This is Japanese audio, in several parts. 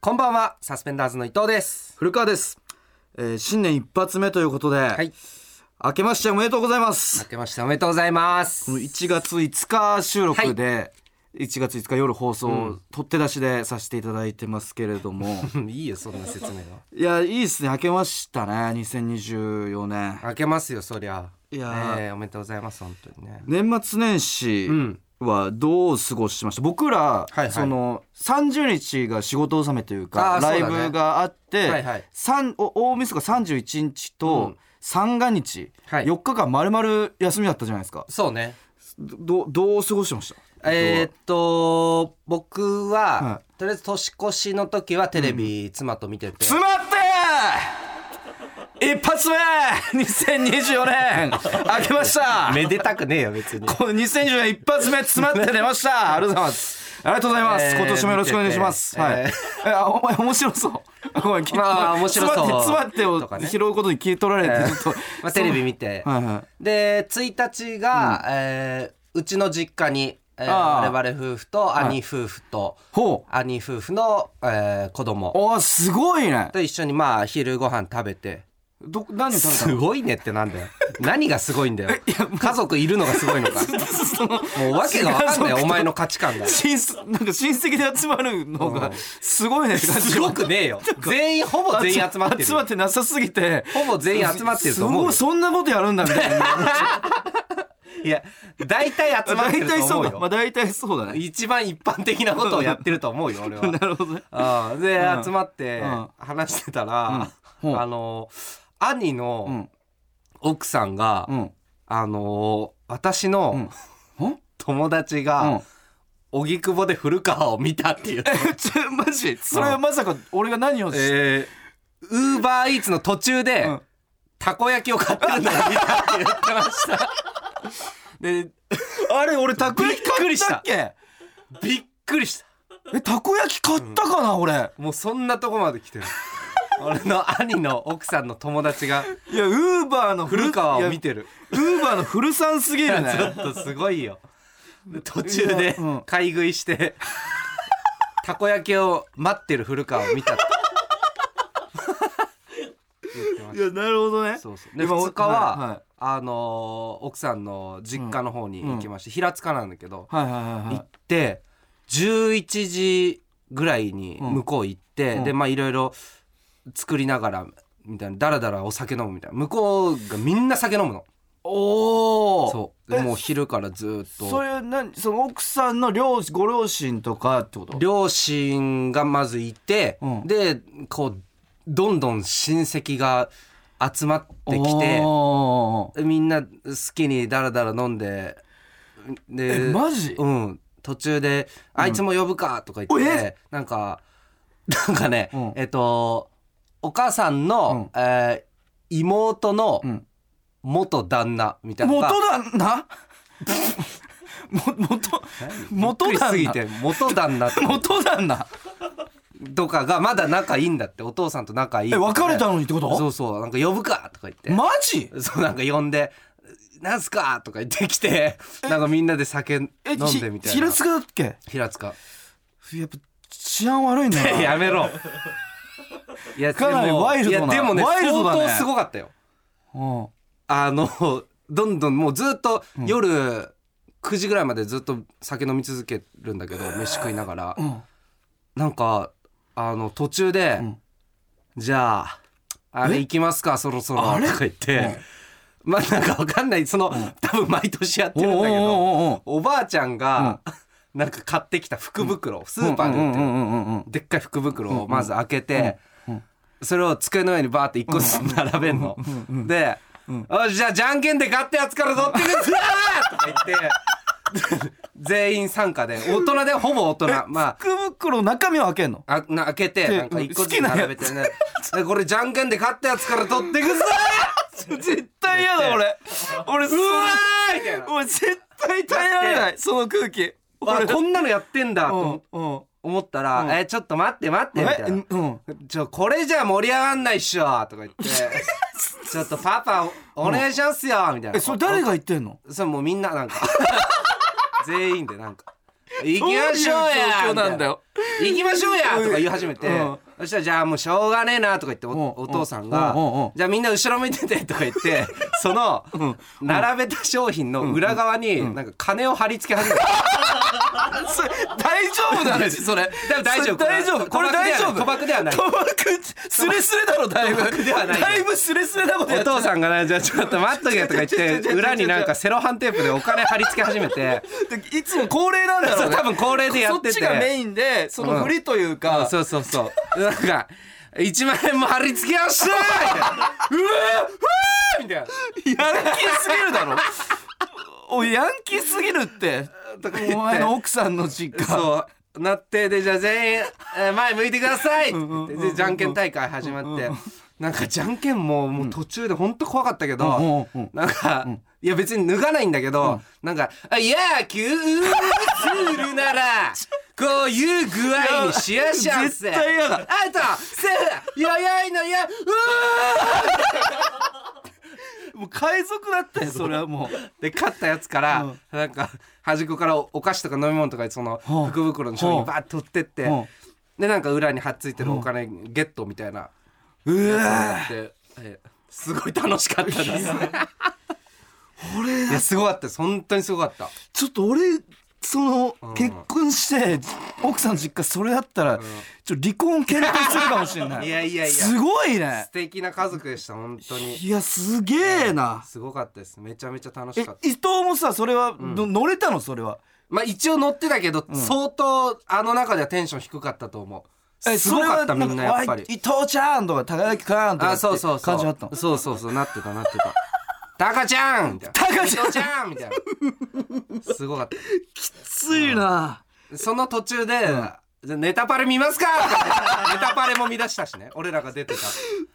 こんばんはサスペンダーズの伊藤です古川です、えー新年一発目ということで、はい明けましておめでとうございま明すけましておめでとうございますこの1月5日収録で、1月5日夜放送、取って出しでさせていただいてますけれども いいよそんな説明いやいいですね明けましたね2024年は明けますよそりゃいやーねえおめでとうございます本当にね年末年始んはどう過ごしました僕ら、いはいその30日が仕事納めというあかーライそうだねブがあって、はいはい三お大晦日31日うとん三が日、はい4日間丸々休みだったじゃないですかそうねどどう過ごしてましたえーっと僕は、はとりあえず年越しの時はテレビ、妻と見てて詰まって一発目2024年 明けまし ためでたくねえよ別にこの2024年一発目詰まって 出ましたありがとうございますありがとうございます、えー今年もよろしくお願いします、見ててはい、ええあお前面白そう ごめんきまあ面白そう詰まって詰まとってかを、ね拾うことに気取られて ちょっと、まあ、テレビ見て、はいはいで1日が、うえーうちの実家に、えーあー我々夫婦と兄夫婦と、ほう兄夫婦の、えー子供あーすごいねと一緒にまあ昼ご飯食べてど何を食べたすのごいねってなんだよ 何がすごいんだよ家族いるのがすごいのかもう訳が分かんないよお前の価値観が親戚なんか親戚で集まるのがすごいねって感じすごくねえよ全員ほぼ全員集まってる 集まってなさすぎてほぼ全員集まってると思うよすごいそんなことやるんだみたいないや大体 集まって大ると体そ思ううだまよあ大体そうだね一番一般的なことをやってると思うよ俺はなるほどねああで、うん集まってうん話してたら、うんほうあの兄うのん奥さんが、うんあの私のうんん友達うがん荻窪で古川を見たっていう、ちょマジそれはまさか俺が何をし えウーバーイーツの途中で、うんたこ焼きを買ってるのを見たって言ってましたであれ俺たこびっくりしたっけびっくりしたえたこ焼き買ったかな俺もうそんなとこまで来てる 俺の兄の奥さんの友達がいやウーバーの古川を見ててるウーバーの古さんすぎるちょっねとすごいよで途中でうん買い食いしてたこ焼きを待ってる古川を見たって言ってまいしやなるほどねたそうそうで今2日は、はいはいあのー奥さんの実家の方に行きまして、平塚なんだけど、はいはいは行いって11時ぐらいに向こう行って、うんでまあいろいろ作りながらみたいなだらだらお酒飲むみたいな向こうがみんな酒飲むのおおそうでえもう昼からずーっとそれは何その奥さんの両ご両親とかってこと両親がまずいて、うんでこうどんどん親戚が集まってきておーみんな好きにダラダラ飲んででえマジうん途中で「あいつも呼ぶか」とか言って、えなんかなんかね、うんえっとお母さんの、えー妹のうん元旦那みたいなの元が旦那 も元元びっくり旦すぎ那て元旦那って 元旦那とかがまだ仲いいんだってお父さんと仲いいえ別れたののにってこそとうそうなんか呼ぶかとか言って、マジそうなんか呼んで「なんすか?」とか言ってきてなんかみんなで酒飲んえひでみたいな平塚だっけ平 塚やっぱ治安悪いん だなやめろいやかなりでもワイルドないやでもねワイルドだね相当すごかったようんあのどんどんもうずっと夜9時ぐらいまでずっと酒飲み続けるんだけど飯食いながらうんなんかあの途中で、んじゃああれ行きますかそろそろあれとか言って、まあなんかわかんないその、多分毎年やっておるーんおだけーどおーおおばあちゃんが、 なんか買ってきた福袋、スーパーで売ってる、ーでっかい福袋をまず開けて、うんうんそれを机の上にバーって一個ずつ並べんの、で、おいじゃあじゃんけんで勝ったやつから取ってくるぞーとか言って 全員参加で大人でほぼ大人まあ福袋中身を開けんのあな開けてでなんか一個ず好つきなやつ並べてねでこれじゃんけんで勝ったやつから取ってくぞ絶対嫌だ俺俺うーうわーみたいな俺絶対耐えられないその空気あこんなのやってんだとうんうん思ったら「うんえちょっと待って待って」みたいなえうん「ちょこれじゃ盛り上がんないっしょ」とか言っ て「ちょっとパパおお願いしますよ」みたいな えそれ誰が言ってんのそれもうみんななんか全員でなんか行きましょうやどういう状況なんだよみたいな行きましょうやとか言い始めて、うんそしたらじゃあもうしょうがねえなとか言ってお,、んお父さんが、うんうんじゃあみんな後ろ向いててとか言 って、その、並べた商品の裏側になんか金を貼り付け始めた。それ大丈夫な話それでも大丈夫それ大丈夫これ大丈夫賭博ではない賭博スレスレだろだいぶ賭博ではないだいぶスレスレなことやおってた父さんがねじゃあちょっと待っとけとか言って裏になんかセロハンテープでお金貼り付け始めていつも恒例なんだろそううね多分恒例でやっててそっちがメインでその振りというか、そうそうそうなんか1万円も貼り付けましたみたいなうわうわみたいなヤンキーすぎるだろおいヤンキーすぎるってお前の奥さんの実家そうなってでじゃあ全員えー前向いてくださいって言ってでじゃんけん大会始まってなんかじゃんけんももう途中で本当怖かったけどうんうんうんなんかいや別に脱がないんだけどなんか「あいや野球するならこういう具合にしやしゃんせ」絶対嫌だアウトセーフややいのやうもう海賊だったよそれはもうーで勝ったやつから、うんなんか端っこからおお菓子とか飲み物とかそのはあ福袋の商はあ品バーッと取ってって、はあでなんか裏に貼っついてるお金ゲットみたいなうわやつやって、えすごい楽しかったです俺いやすごかったです本当にすごかったちょっと俺その、うん結婚して奥さん実家それだったら、ちょっと離婚検討するかもしれないいやいやいやすごいね素敵な家族でした本当にいやすげえな、すごかったですめちゃめちゃ楽えしかった伊藤もさそれは、の乗れたのそれはまあ一応乗ってたけど、相当あの中ではテンション低かったと思うえすごかったそれみはんなかやっぱりおい伊藤ちゃんとか高木くんとかってあそうそうそう感じだったのそうそうそうなってたなってた タカちゃんみたいなタカちゃ伊ん藤ゃんみたいなすごかっついな、たその途中で、じゃあネタパレ見ますかネタパレも見出したしね俺らが出て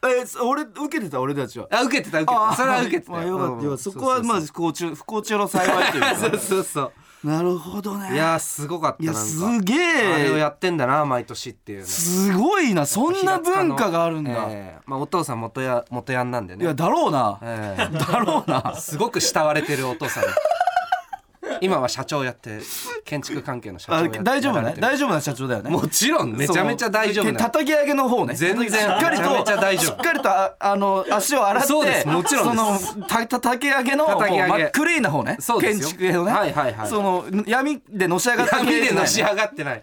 たえそ俺受けてた俺たちはあ受けてた受けてあたーそれは受けてたまあよかったよかったそこはまあま不幸中不幸中の幸いというあかそうそうそうなるほどねいやーすごかったいなやんかすげあれをえやってんだな毎年っていうねすごいなそんな文化があるんだ、ええまあお父さん元や元ヤンなんでねいやだろうな、ええだろうなすごく慕われてるお父さん今は社長やって建築関係の社長あやって大丈夫ねやられて大丈夫な社長だよねるもちろんめちゃめちゃ大丈夫そのな叩き上げの方ね全然しっかりとめちゃめちゃ大丈夫しっかりとああの足を洗ってそうですもちろんですそのた叩き上げの叩き上げもう真っクリーンな方ねそうです建よ築系のねはいはいはいその闇でのし上がった闇系でじゃないのし上がってない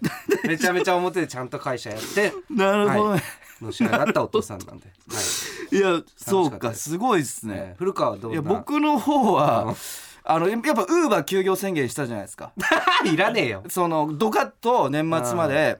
めちゃめちゃ表でちゃんと会社やってなるほどね、はいのし上がったお父さんなんで、はいい、やそう楽しかったかですすごいですね、ええ古川はどうないや僕の方はあのやっぱウーバー休業宣言したじゃないですかいらねえよそのドカッと年末まで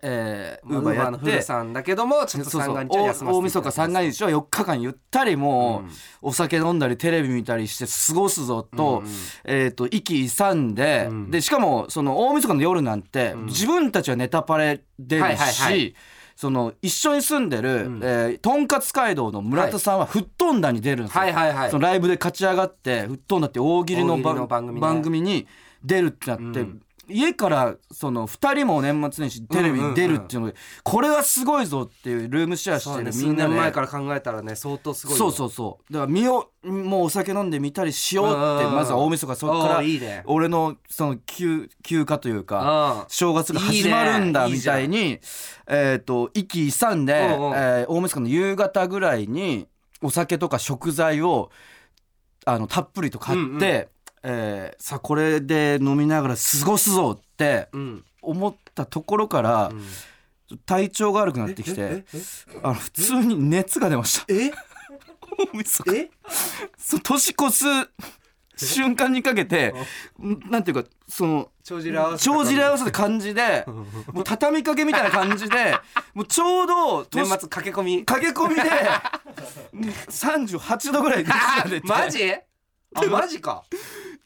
えーウウーーババーーやのっ古てさんだけどもちょっとそう三そがう日は休大ませていただき大晦日三が日は4日間ゆったりもう、お酒飲んだりテレビ見たりして過ごすぞと,、えー、と息勇んで,、んでしかもその大晦日の夜なんて、自分たちはネタパレ出るし、はいはいはいその一緒に住んでる、んえーとんかつ街道の村田さんは吹っ飛んだに出るんですよ、はいはいはいそのライブで勝ち上がって吹っ飛んだって大喜利の大喜利の番組ね番組に出るってなって。家からその2人も年末年始テレビに出るっていうので、これはすごいぞっていうルームシェアしそうてねる数みんな年で前から考えたらね相当すごいそうそううそうだから身をもうお酒飲んでみたりしようってうんまずは大晦日そこかおらーいいね俺のその休休暇というかあ正月が始まるんだいいねみたいにえっと息勇んでえうんうんー大晦日の夕方ぐらいにお酒とか食材をあのたっぷりと買うんうっんてえーさあこれで飲みながら過ごすぞってうん思ったところからうん体調が悪くなってきてあの普通に熱が出ました。ええ大晦日ええその年越す瞬間にかけてんなんていうかその帳尻合わせた帳尻合わせた感じでもう畳みかけみたいな感じでもうちょうど年年末駆け込み駆け込みで38度ぐらい熱が出 てマジあマジか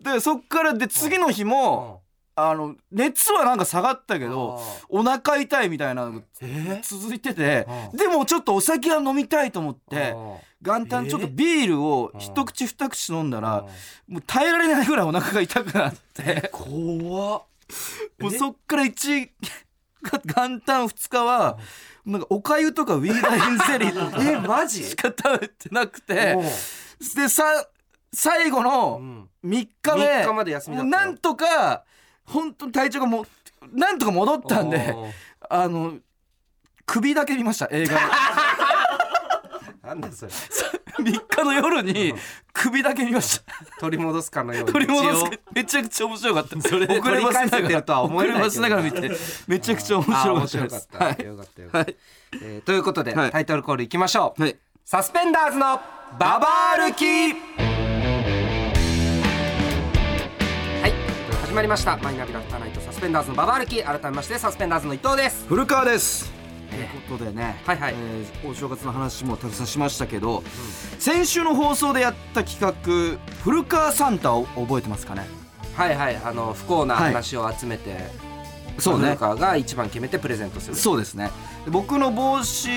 でそっからで次の日もあの熱はなんか下がったけどお腹痛いみたいなのがえ続いててうでもちょっとお酒は飲みたいと思って元旦ちょっとビールを一口二口飲んだらもう耐えられないぐらいお腹が痛くなって怖っもうそっから1元旦2日はなんかおかゆとかウィーダインゼリーえマジしか食べてなくておうでさ最後うのん3日目3日まで休みだったなんとか本当に体調がもうなんとか戻ったんであの首だけ見ました映 画のなんだそれ3日の夜に首だけ見ました 取り戻すかのように取り戻一す応めちゃくちゃ面白かったそれで遅れ取りばせな返せがてるとはら思遅えないれけどばせながら見てめちゃくちゃ面あー白か面った白でかっすた、はいよかったよかっはたいえーということで、はいタイトルコールいきましょう、はいサスペンダーズのババ歩きはいということで始まりましたマイナビラフターナイトサスペンダーズのババ歩き改めましてサスペンダーズの伊藤です古川ですえとーいうことでね、はいはいえーお正月の話もたくさんしましたけど、先週の放送でやった企画「古川サンタ」を覚えてますかねはいはいあの不幸な話を集めて、そうね古川が一番決めてプレゼントするそうですねで僕の帽子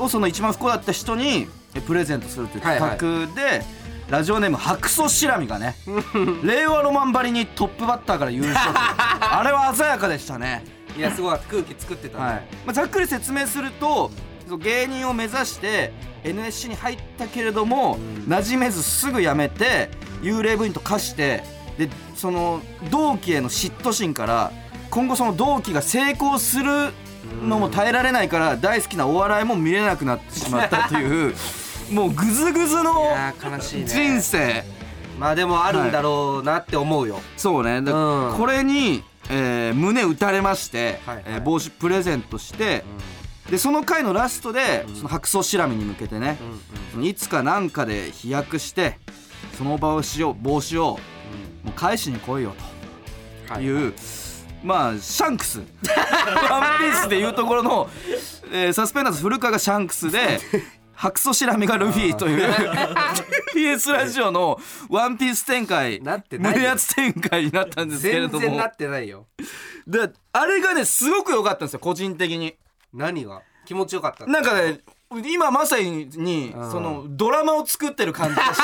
をその一番不幸だった人にえプレゼントするという企画で、ラジオネーム白素しらみが ね令和ロマンばりにトップバッターから優 勝というあれは鮮やかでしたねいやすごい空気作ってたね、はいまあ、ざっくり説明するとその芸人を目指して NSC に入ったけれども、馴染めずすぐ辞めて幽霊部員と化してでその同期への嫉妬心から今後その同期が成功するのも耐えられないから大好きなお笑いも見れなくなってしまったという もうグズグズのいやー悲しいね人生。まあでもあるんだろうなって思うよ、そうね、だうんこれに、えー胸打たれまして、はいはいえー帽子プレゼントして、でその回のラストで、その白装しらみに向けてね、そのいつかなんかで飛躍してその帽子を帽子をもう返しに来いよという、まあシャンクスワンピースでいうところの、えーサスペンダーズ古川がシャンクスで白素しらみがルフィという TBS ラジオのワンピース展開なってないよ胸圧展開になったんですけれ全ど然もなってないよであれがねすごく良かったんですよ個人的に。何が気持ちよかったなんかね今まさにんそのドラマを作ってる感じがして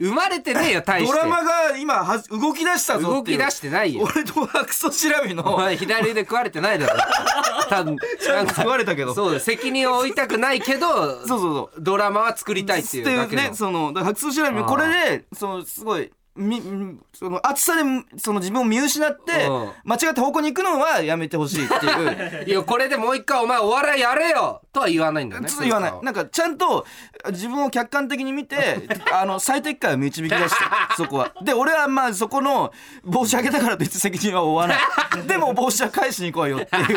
生まれてねえよ 大してドラマが今は動き出したぞ動っていきう出してないよ俺と白素しらみおの前左腕食われてないだろ 多分なんか食われたけどそうだ責任を負いたくないけどそうそうそうドラマは作りたいってっいてういだうけのねそのだから白素しらみもこれでそのすごいみみその暑さでその自分を見失ってうん間違った方向に行くのはやめてほしいっていう。 いやこれでもう一回お前お笑いやれよとは言わないんだよねちょっと言わない古川なんかちゃんと自分を客観的に 見てあの最適解を導き出してそこはで俺はまあそこの帽子あげたからといって責任は負わ ないでも帽子は返しに来いよっていう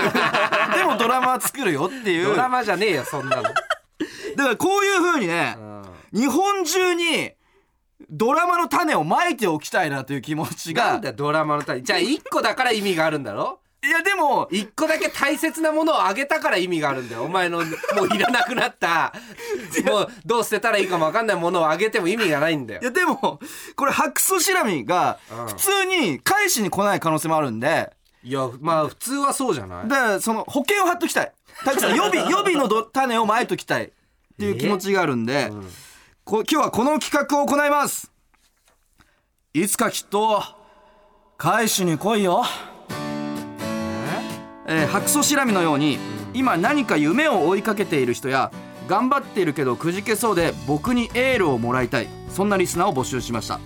でもドラマは作るよっていはうドラだかマじゃねえよそんなの、らこういうふうにね日本中にドラマの種をまいておきたいなという気持ちながんだよドラマのためにじゃあ一個だから意味があるんだろいやでも一個だけ大切なものをあげたから意味があるんだよお前のもういらなくな ったもうどう捨てたらいいかも分かんないものをあげても意味がないんだよいやでもこれ白素しらみがうん普通に返しに来ない可能性もあるんで。いやまあ普通はそうじゃないだからその保険を張っときたいたくさん予備 予備のど種をまいときたいっていう気持ちがあるんで、こ今日はこの企画を行いますいつかきっと返しに来いよ、えー、白素しらみのように今何か夢を追いかけている人や頑張っているけどくじけそうで僕にエールをもらいたいそんなリスナーを募集しました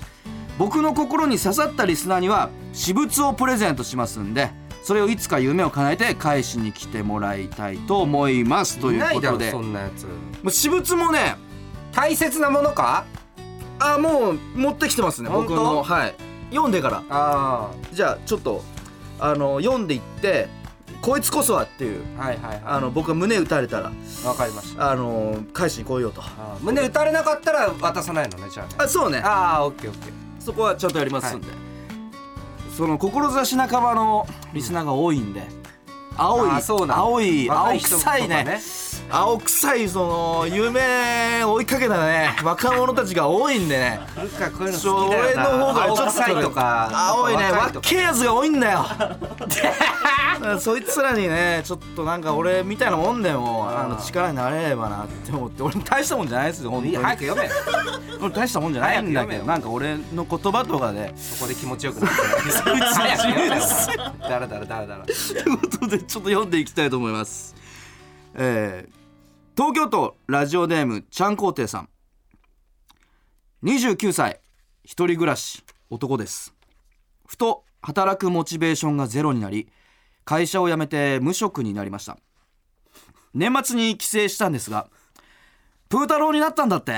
僕の心に刺さったリスナーには私物をプレゼントしますんでそれをいつか夢を叶えて返しに来てもらいたいと思いますというなこいだとろでそんなやつもう私物もね大切なものかあもう持ってきてますね本僕当のはい読んでからあじゃあちょっとあの読んでいってこいつこそはっていうあはいはいあはの僕が胸打たれたらいわかりましたあの返しに来いよとあー胸打たれなかったら渡さないのねじゃあねあそうねああオッケーオッケーそこはちゃんとやりますんで、その志半ばのリスナーが多いんで、青いあそうなんだ青い若青い人と臭かいねね青臭いその夢を追いかけたね若者たちが多いんでね古川こういうのちょ好きだよな俺の方がちょっと青臭いとか青いね若わいとっかけえやつが多いんだよだ からそいつらにねちょっとなんか俺みたいなもんでもあの力になれればなって思って俺大したもんじゃないですよ本当いいに早く読め俺大したもんじゃないんだ早く読けめよどなんか俺の言葉とかで そこで気持ちよくなってる 早く読めよだらだらだらだらということでちょっと読んでいきたいと思います、えー東京都ラジオネームちゃんこうていさん29歳一人暮らし男ですふと働くモチベーションがゼロになり会社を辞めて無職になりました年末に帰省したんですが「プータローになったんだって? 」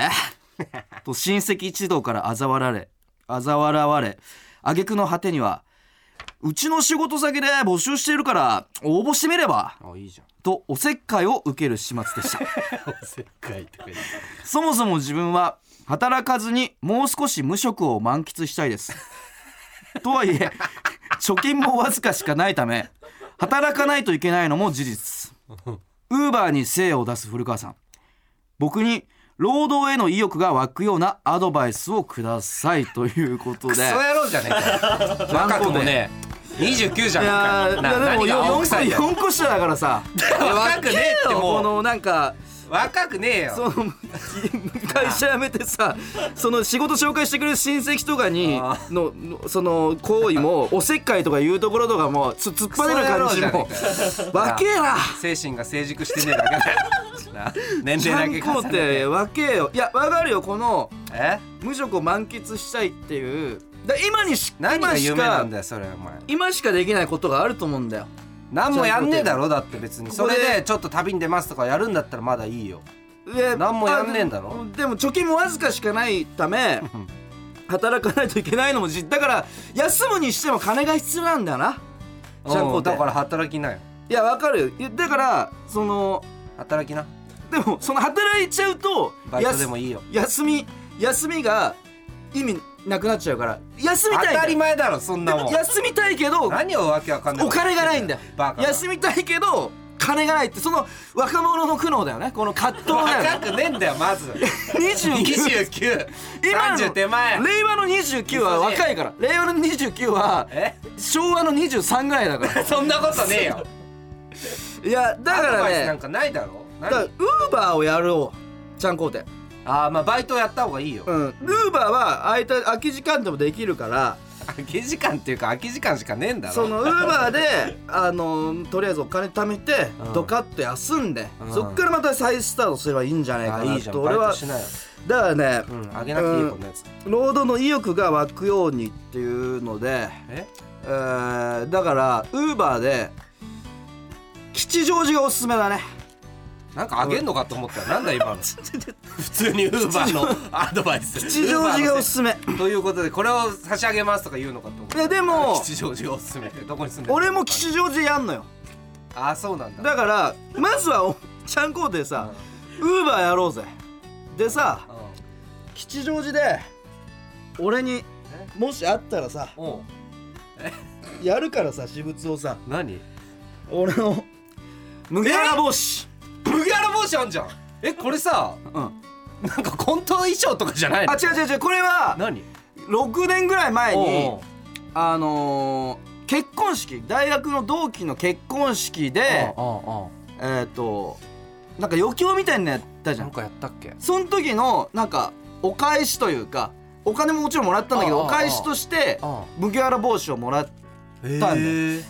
と親戚一同から嘲笑われ嘲笑われ挙句の果てには「うちの仕事先で募集しているから応募してみればあいいじゃん」とおせっかいを受ける始末で したおせっかいとか言ってそもそも自分は働かずにもう少し無職を満喫したいです。とはいえ貯金もわずかしかないため働かないといけないのも事実。ウーバーに精を出す古川さん僕に労働への意欲が湧くようなアドバイスをくださいということでクソ野郎じゃねえか若くもね29じゃいんやかーないやで何もが青臭い4よ個4個下だからさ若くねえってこもうのなんか若くねえよその会社辞めてさその仕事紹介してくれる親戚とかにあののその行為もおせっかいとかいうところとかもつ突っぱねる感じもクソ野郎じゃねえかわけえな精神が成熟してねえだ けだよな年ちゃ齢だんけ重こうっねててわけえよいやわかるよこのえ無職を満喫したいっていうだ今にし何が今し夢なかんだよそれお前今しかできないことがあると思うんだよ何もやんねえだろだって別にこそこでれでちょっと旅に出ますとかやるんだったらまだいいよで何もやんねえんだろあでも貯金もわずかしかないた めん働かないといけないのもじだから休むにしても金が必要なんだよなちゃんこうんってだから働きなよいやわかるよいやだからその働きなでもその働いちゃうとバイトでもいいよやす休み休みが意味なくなっちゃうから休み当たいんだよたり前だろそんでなももん休みたいけど何をわけわかんないお金がないんだよバカ休みみたいけど金がないってその若者の苦悩だよねこの葛藤だよね若くねえんだよま ず29 29今の30手前令和の29は若いから令和の29はえ 昭和の23ぐらいだからそんなことねえよいやだかアドらバイスなねんかないだろだからウ何ーバーをやろうちゃんこうてあーまあバイトやった方がいいようん、ルーバーは空いた空き時間でもできるから空き時間っていうか空き時間しかねえんだろそのウーバーで あのとりあえずお金貯めて、うんドカッと休んで、うんそっからまた再スタートすればいいんじゃないあかいないじゃんとバイ俺トはしなよだからね、うんあげなくていいよこんなやつ労働の意欲が湧くようにっていうので、ええーだからウーバーで吉祥寺がおすすめだねなんかあげんのかと思ったよなんだ今 の普通にウーバーのアドバイス吉祥寺がおすすすめということでこれを差し上げますとか言うのかと思ったいやでも吉祥寺がおすすめってどこに住んでる俺も吉祥寺やんのよあそうなんだだからまずはおちゃんこうてさ、ウーバーやろうぜでさうんうん吉祥寺で俺にえもしあったらさおうやるからさ私物をさ何俺の麦わら帽子麦わら帽子あんじゃんえこれさうんなんかコント衣装とかじゃないのあ違う違う違うこれは何6年ぐらい前おうおにうあのー結婚式大学の同期の結婚式でおうおうおうえっとなんか余興みたいなのやったじゃなんんかやったっけその時のなんかお返しというかお金ももちろんもらったんだけどああお返しとしてあ麦わら帽子をもらってへえ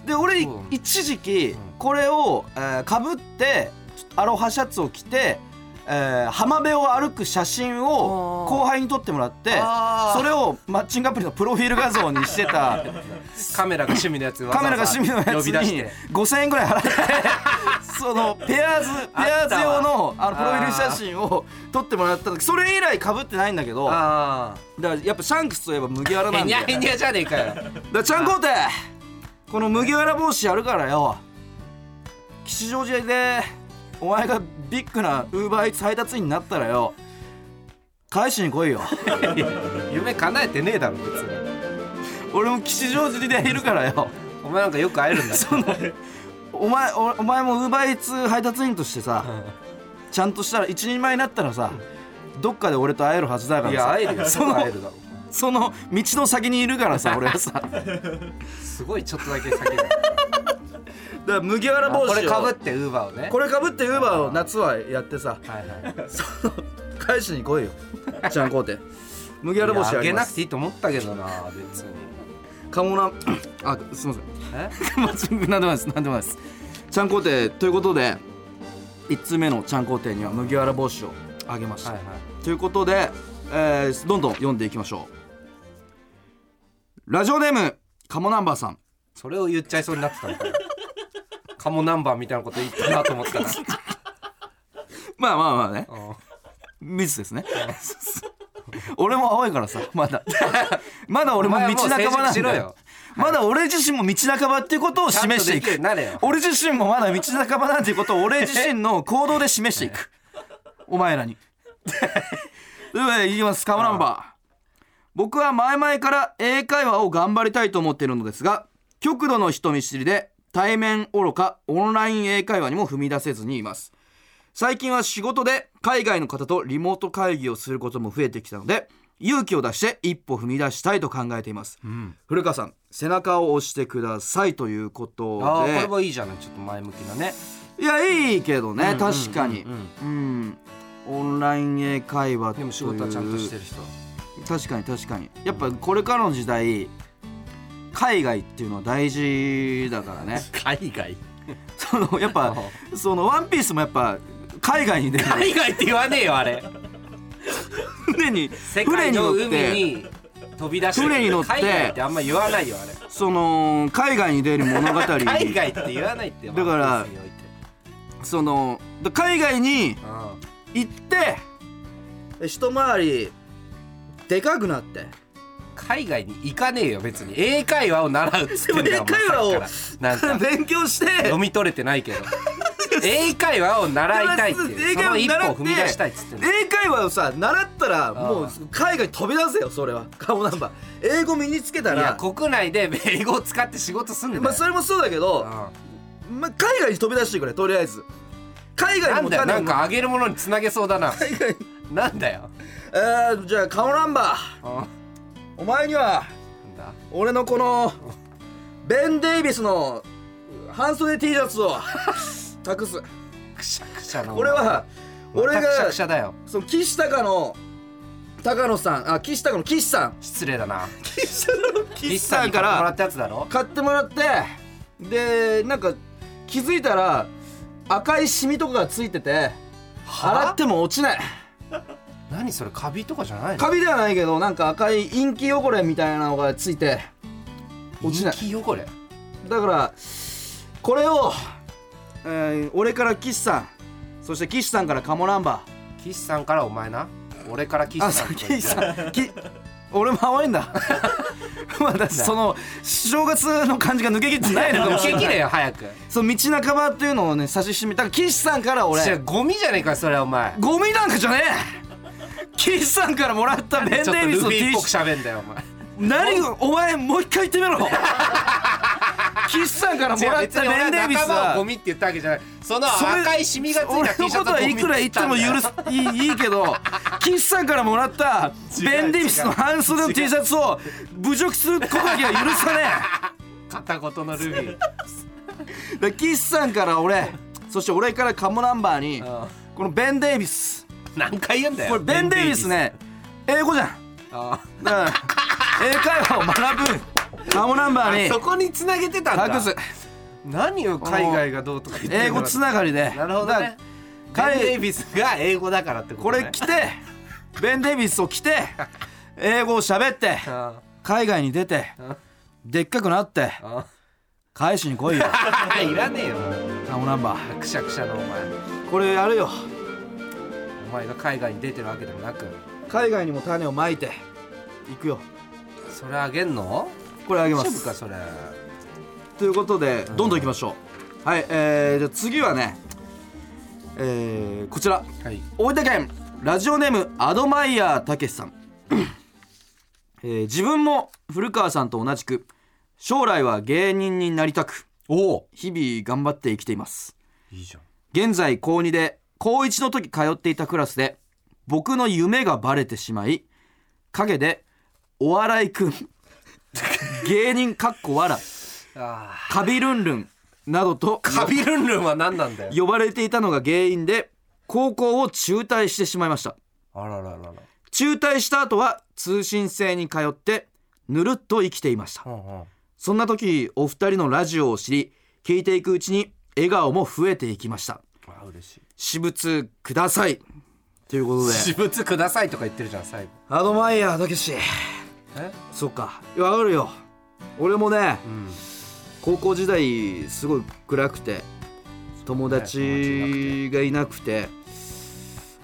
だで俺いうん一時期んこれをかぶってちょっとアロハシャツを着てえー浜辺を歩く写真をあー後輩に撮ってもらってあーそれをマッチングアプリのプロフィール画像にして たカメラが趣味のやつわざカわざメラが趣味のや呼つび出しにて5000円ぐらい 払ってそのペアーズペアーズ用のあのプロフィール写真を撮ってもらったんだけどそれ以来かぶってないんだけどだかあらやっぱシャンクスといえば麦わらあへなんだにゃよへにゃじゃねえかよだちゃんこうてこの麦わら帽子やるからよ吉祥寺でお前がビッグなウーバーイーツ配達員になったらよ返しに来いよ夢叶えてねえだろ別に俺も吉祥寺でいるからよお前なんかよく会えるんだそのお前おお前もウーバーイーツ配達員としてさちゃんとしたら一人前になったらさどっかで俺と会えるはずだかいやらさ会えるよすそぐの会えるだろその道の先にいるから さ俺はさだかすごいちょっとだけ先だら麦わら帽子をこれかぶってウーバーをねこれかぶってウーバーを夏はやって さはいはいその返しに来いよちゃんこうて麦わら帽い子やああげげまなくすていいと思ったけどな別にカモラあすいませんえマッチング なんでもないですなんでもないですちゃんこうてということで1通目のちゃんこうてには麦わら帽子をあげました、はいはいということで、えーどんどん読んでいきましょうラジオネームカモナンバーさんそれを言っちゃいそうになってたんだよカモナンバーみたいなこと言ったなと思ったら、 まあまあまあねうんミスですね 俺も青いからさまだ まだ俺も道半ばお前はもうな成熟んしろだよよまだ俺自身も道半ばっていうことを示していちゃんとできるようくになれよ俺自身もまだ道半ばなんていうことを俺自身の行動で示していくお前らにということでいきますカモナンバー僕は前々から英会話を頑張りたいと思っているのですが極度の人見知りで対面愚かオンライン英会話にも踏み出せずにいます最近は仕事で海外の方とリモート会議をすることも増えてきたので勇気を出して一歩踏み出したいと考えています、古川さん背中を押してくださいということでああこれもいいじゃないちょっと前向きなねいやいいけどね、確かにうんうんうん、オンライン英会話とでいうも仕事はちゃんとしてる人確かに確かにやっぱこれからの時代海外っていうのは大事だか らね海外そのやっぱその「ワンピースもやっぱ海外に出る海外って言わねえよあれ船に世船界に乗のっ海てに飛び出して船に乗って海外ってあんま言わないよあれその海外に出る物語海外って言わないってだからワンピースにおいてそのだ海外に行って一回りでかくなってうん海外に行かねえよ別に英会話を習うっつってんだよでも英会話をお前さっきからなんか 勉強して読み取れてないけど英会話を習いたい っていうそ英会の話を一習歩っをて踏み出したいっつってんだよ英会話をさ習ったらもうあ海外飛び出せよそれは顔ナンバー英語身につけたいやら国内で 英語を使って仕事すんだよ、まあそれもそうだけどうんまあ海外に飛び出してくれとりあえず海外なにんもだよなんかかあげるものにつなげそうだな 海外になんだよえーじゃあ顔ナンバーうんなんお前にはだ俺のこのベン・デイビスの半袖 T シ ャツを託すくしゃくしゃのこれは俺またくしゃがくしゃだよその岸高の高野さんあ岸高の岸さん失礼だな岸高の岸リスさんに買ってもらったやつだろ買ってもらってでなんか気づいたら赤いシミとかがついてて洗っても落ちない何それカビとかじゃないのカビではないけどなんか赤いインキ汚れみたいなのがついて落ちない人気よこれだからこれを、えー俺から岸さんそして岸さんからカモナンバ岸さんからお前な俺から岸ーあさそんうと言岸ってさんき俺もハマいんだ まだその正月の感じが抜けきってないの かもし受れなけい切れよ早くその道半ばっていうのをね差ししめたから岸さんから俺じゃあゴミじゃねえかそれはお前ゴミなんかじゃねえ岸さんからもらったベン・ちょっデとイビルスフの T ィっぽくシャツ喋んだよお前何がお前もう一回言ってみろ岸さんからも違うらっ別たにベン・俺デイはビス仲間をゴはミって言ったわけじゃないそのそれ赤いシミがつい俺た T のシこャツをとゴはミいくら言っても言許すいいいいけど岸さんからもらったベン・デイビスの半袖の T シャツを侮辱することだけは許さね片言のルフィえで岸さんから俺そして俺からカモナンバーにうんこのベン・デイビス何回言うんだよこれベン・デイビスね英語じゃんあだから英会話を学ぶカモナンバあーそにこに繋げてたんだ託す何を海外がどうとか言ってんだ英語つながりでなるほどだかねだベン・デイビスが英語だからってらこことねれ着てベン・デイビスを着て英語を喋ってあ海外に出てうんでっかくなってあ返しに来いよあ いらねえよカモナンバーくしゃくしゃのお前これやるよお前が海外に出てるわけでもなく海外にも種をまいていくよそれあげんのこれあげま大丈夫かすそれということでどんどんいきましょうはいえー、じゃあ次はねえー、こちらはい大分県ラジオネームアドマイヤーたけしさん、 えー自分も古川さんと同じく将来は芸人になりたくおお日々頑張って生きていますいいじゃん現在高2で高1の時通っていたクラスで僕の夢がバレてしまい陰でお笑い くん芸人かっこわらあカビルンルンなどとカビルンルンは何なんだよ呼ばれていたのが原因で高校を中退してしまいましたあらららら中退した後は通信制に通ってぬるっと生きていましたうんうんそんな時お二人のラジオを知り聞いていくうちに笑顔も増えていきましたあ嬉しい私物くださいということで私物くださいとか言ってるじゃん最後アドマイヤーたけしえそっかわかるよ俺もねうん高校時代すごい暗くて友達がいなくて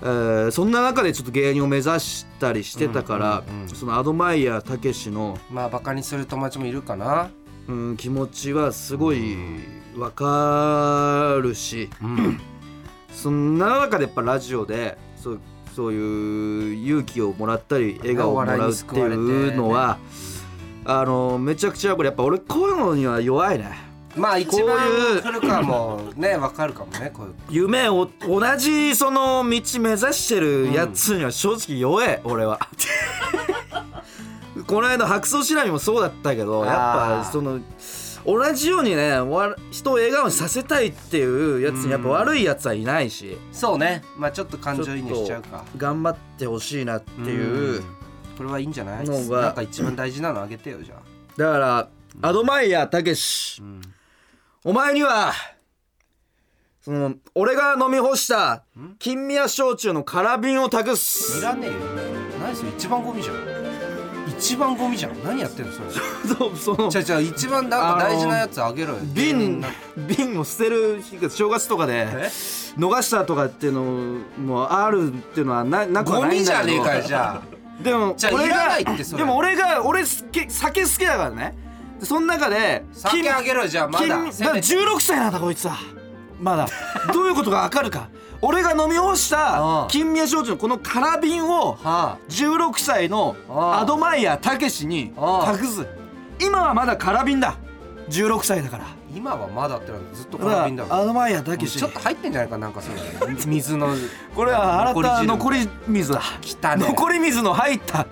えーそんな中でちょっと芸人を目指したりしてたから、うんうんうんそのアドマイヤーたけしの、まあバカにする友達もいるかなうん、気持ちはすごいわかるしうんそんな中でやっぱラジオでそうそういう勇気をもらったり笑顔をもらうっていうのは、あのめちゃくちゃこれやっぱ俺こういうのには弱いね。まあ一こう番いう来るかもねわかるかもねこういう夢を同じその道目指してるやつには正直弱え、俺は この間白草白みもそうだったけどやあっぱーその同じようにねわ人を笑顔にさせたいっていうやつにやっぱ悪いやつはいないし、そうねまあちょっと感情移入しちゃうか頑張ってほしいなっていう、んこれはいいんじゃないのがなんか一番大事なのあげてよじゃあだからアドマイヤーたけしうんお前にはその俺が飲み干した金宮焼酎の空瓶を託すいらねえよ何それ一番ゴミじゃん一番ゴミじゃん何やってんのそれそうそのじゃあじゃあ一番なんか大事なやつあげろよ瓶瓶を捨てる日が正月とかでえ逃したとかっていうのもあるっていうのはななくはゴないミんじだゃけどねえかよじゃあでもじゃあ俺がいらないってそれでも俺が俺すけ酒好きだからねでその中で酒あげろよじゃあま金だだから16歳なんだこいつはま だどういうことがわかるか俺が飲み干しあたあ金宮焼酎のこの空瓶をは16歳のああアドマイヤーたけしにああ託す今はまだ空瓶だ16歳だからあ今はまだってのはずっとだから空瓶だからアドマイヤーたけしちょっと入ってんじゃないかなんかそういうの水のこれは新たな残残り水だ汚ね 残り水の入った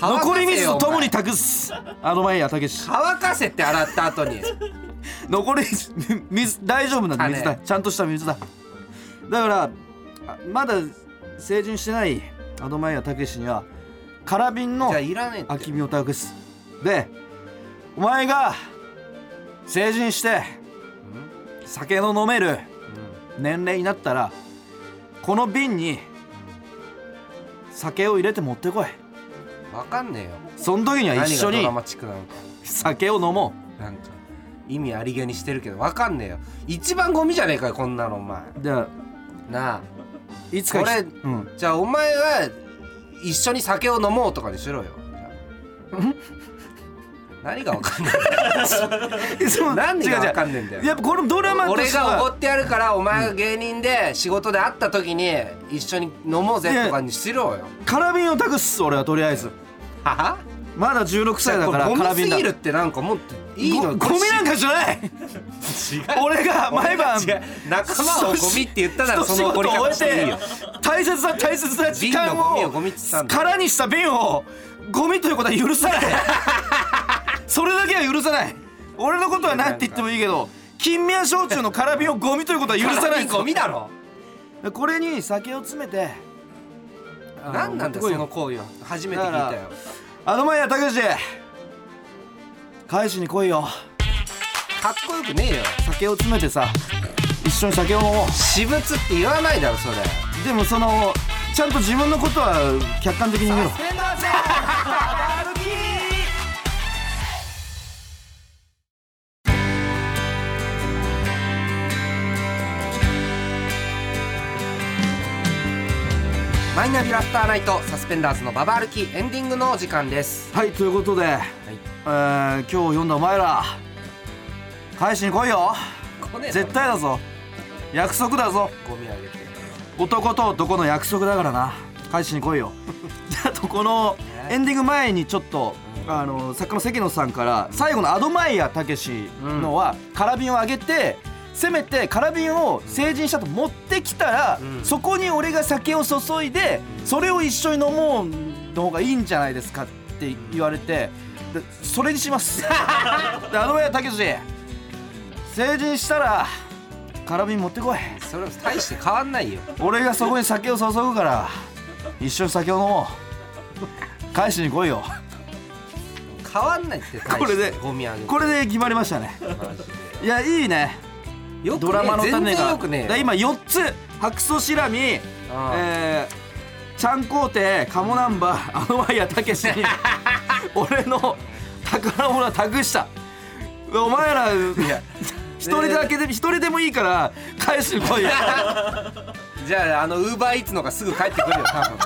乾かせよ残り水とともに託すアドマイヤーたけし乾かせって洗った後 に残り水水大丈夫なんだ汚ね水だちゃんとした水だだからあまだ成人してないアドマイヤーたけしには空瓶のじゃあいらねえっ空てき瓶を託すでお前が成人して酒の飲める年齢になったらこの瓶に酒を入れて持ってこいわかんねえよその時には一何がド緒にラマチックなのか酒を飲もなんか意味ありげにしてるけどわかんねえよ一番ゴミじゃねえかよこんなのお前うでなあいつかこれうん、じゃあお前は一緒に酒を飲もうとかにし ろよ何がわかんねそえ の何がわか違んねえんだよう違うやっぱこれドラマと俺してがおごはってやるからお前が芸人で仕事で会った時に一緒に飲もうぜとかにしろよ空瓶を託す俺はとりあえずははまだ16歳だからこれ空ゴミ瓶すだぎるってなんかもっといいのごゴミなんかじゃない俺が毎晩違う仲間をゴミって言ったなら一そ仕の怒り事方終していいえてよ大切な大切な時間瓶のゴミををゴミって言ったんだ空にした瓶をゴミということは 許さないそれだけは許さない俺のことは何て言ってもいいけど金宮焼酎の空瓶をゴミということは許さないんですよゴミだろこれに酒を詰めて何なんだよその行為は初めて聞いたよあの前やたけし返しに来いよかっこよくねえよ酒を詰めてさ一緒に酒を飲もう私物って言わないだろそれでもそのちゃんと自分のことは客観的に見ろマイナビラフターナイトサスペンダーズのババ歩きエンディングのお時間ですはいということで、えー今日読んだお前ら返しに来いよ来ねえだろ絶対だぞ約束だぞゴミあげて男と男の約束だからな返しに来い よあとこのエンディング前にちょっとあの作家の関野さんから最後のアドマイヤーたけしのは空瓶を上げてせめて空瓶を成人したと持ってきたら、うんそこに俺が酒を注いでそれを一緒に飲もうの方がいいんじゃないですかって言われてでそれにしま すでアドマイヤーたけし成人したら空瓶持ってこいそれ大して変わんないよ俺がそこに酒を注ぐから一緒に酒を飲もう返しに来いよ変わんないって大してこれでゴミあげてこれで決まりましたねいやいいねよくねドラマの全種然がよくねだから今4つ白素しらみえああー ちゃんこうてカモナンバーアノマイヤたけしに俺の宝物は託したお前らいや一人だけで一人でもいいから返しに来いよじゃああのウーバーイーツのがすぐ帰ってくるよ多分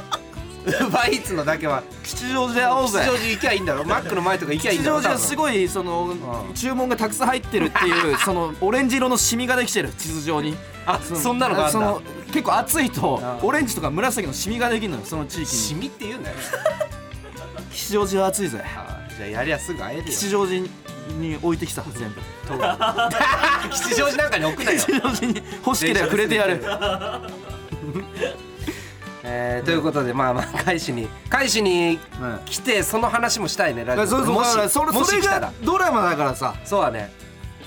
ウーバーイーツの だけは吉祥寺で会おう吉ぜ祥寺行きゃいいんだろマックの前とか行きゃいいん吉だろ祥寺がすいごいそのうん注文がたくさん入ってるっ ていうそのオレンジ色のシミができてる地図上にあそんなのがあるんだの結構暑いとうんオレンジとか紫のシミができるのよその地域シにミって言うんだよ吉祥寺は暑いぜあーじゃあやりゃすぐ会えるよ吉祥寺に置いてきた全部と 吉祥寺なんかに置くなよ 吉祥寺に欲しければくれてやるえーということでまあまあ返しに返しにうん来てその話もしたいねラジオそうそうもしだからそれもそしれ来たらがドラマだからさそうだね、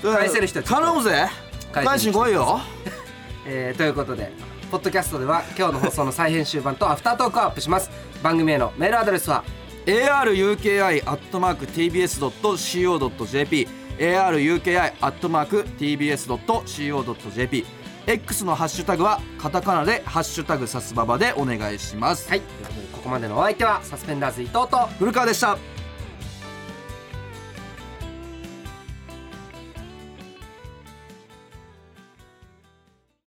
返せる人はちょっと頼むぜ返返ししにに来いよえーということでポッドキャストでは今日の放送の再編集版とアフタートークをアップします番組へのメールアドレスは aruki.tbs.co.jp aruki.tbs.co.jp X のハッシュタグはカタカナで「ハッシュタグさすばば」でお願いします、はいということでここまでのお相手はサスペンダーズ伊藤と古川でした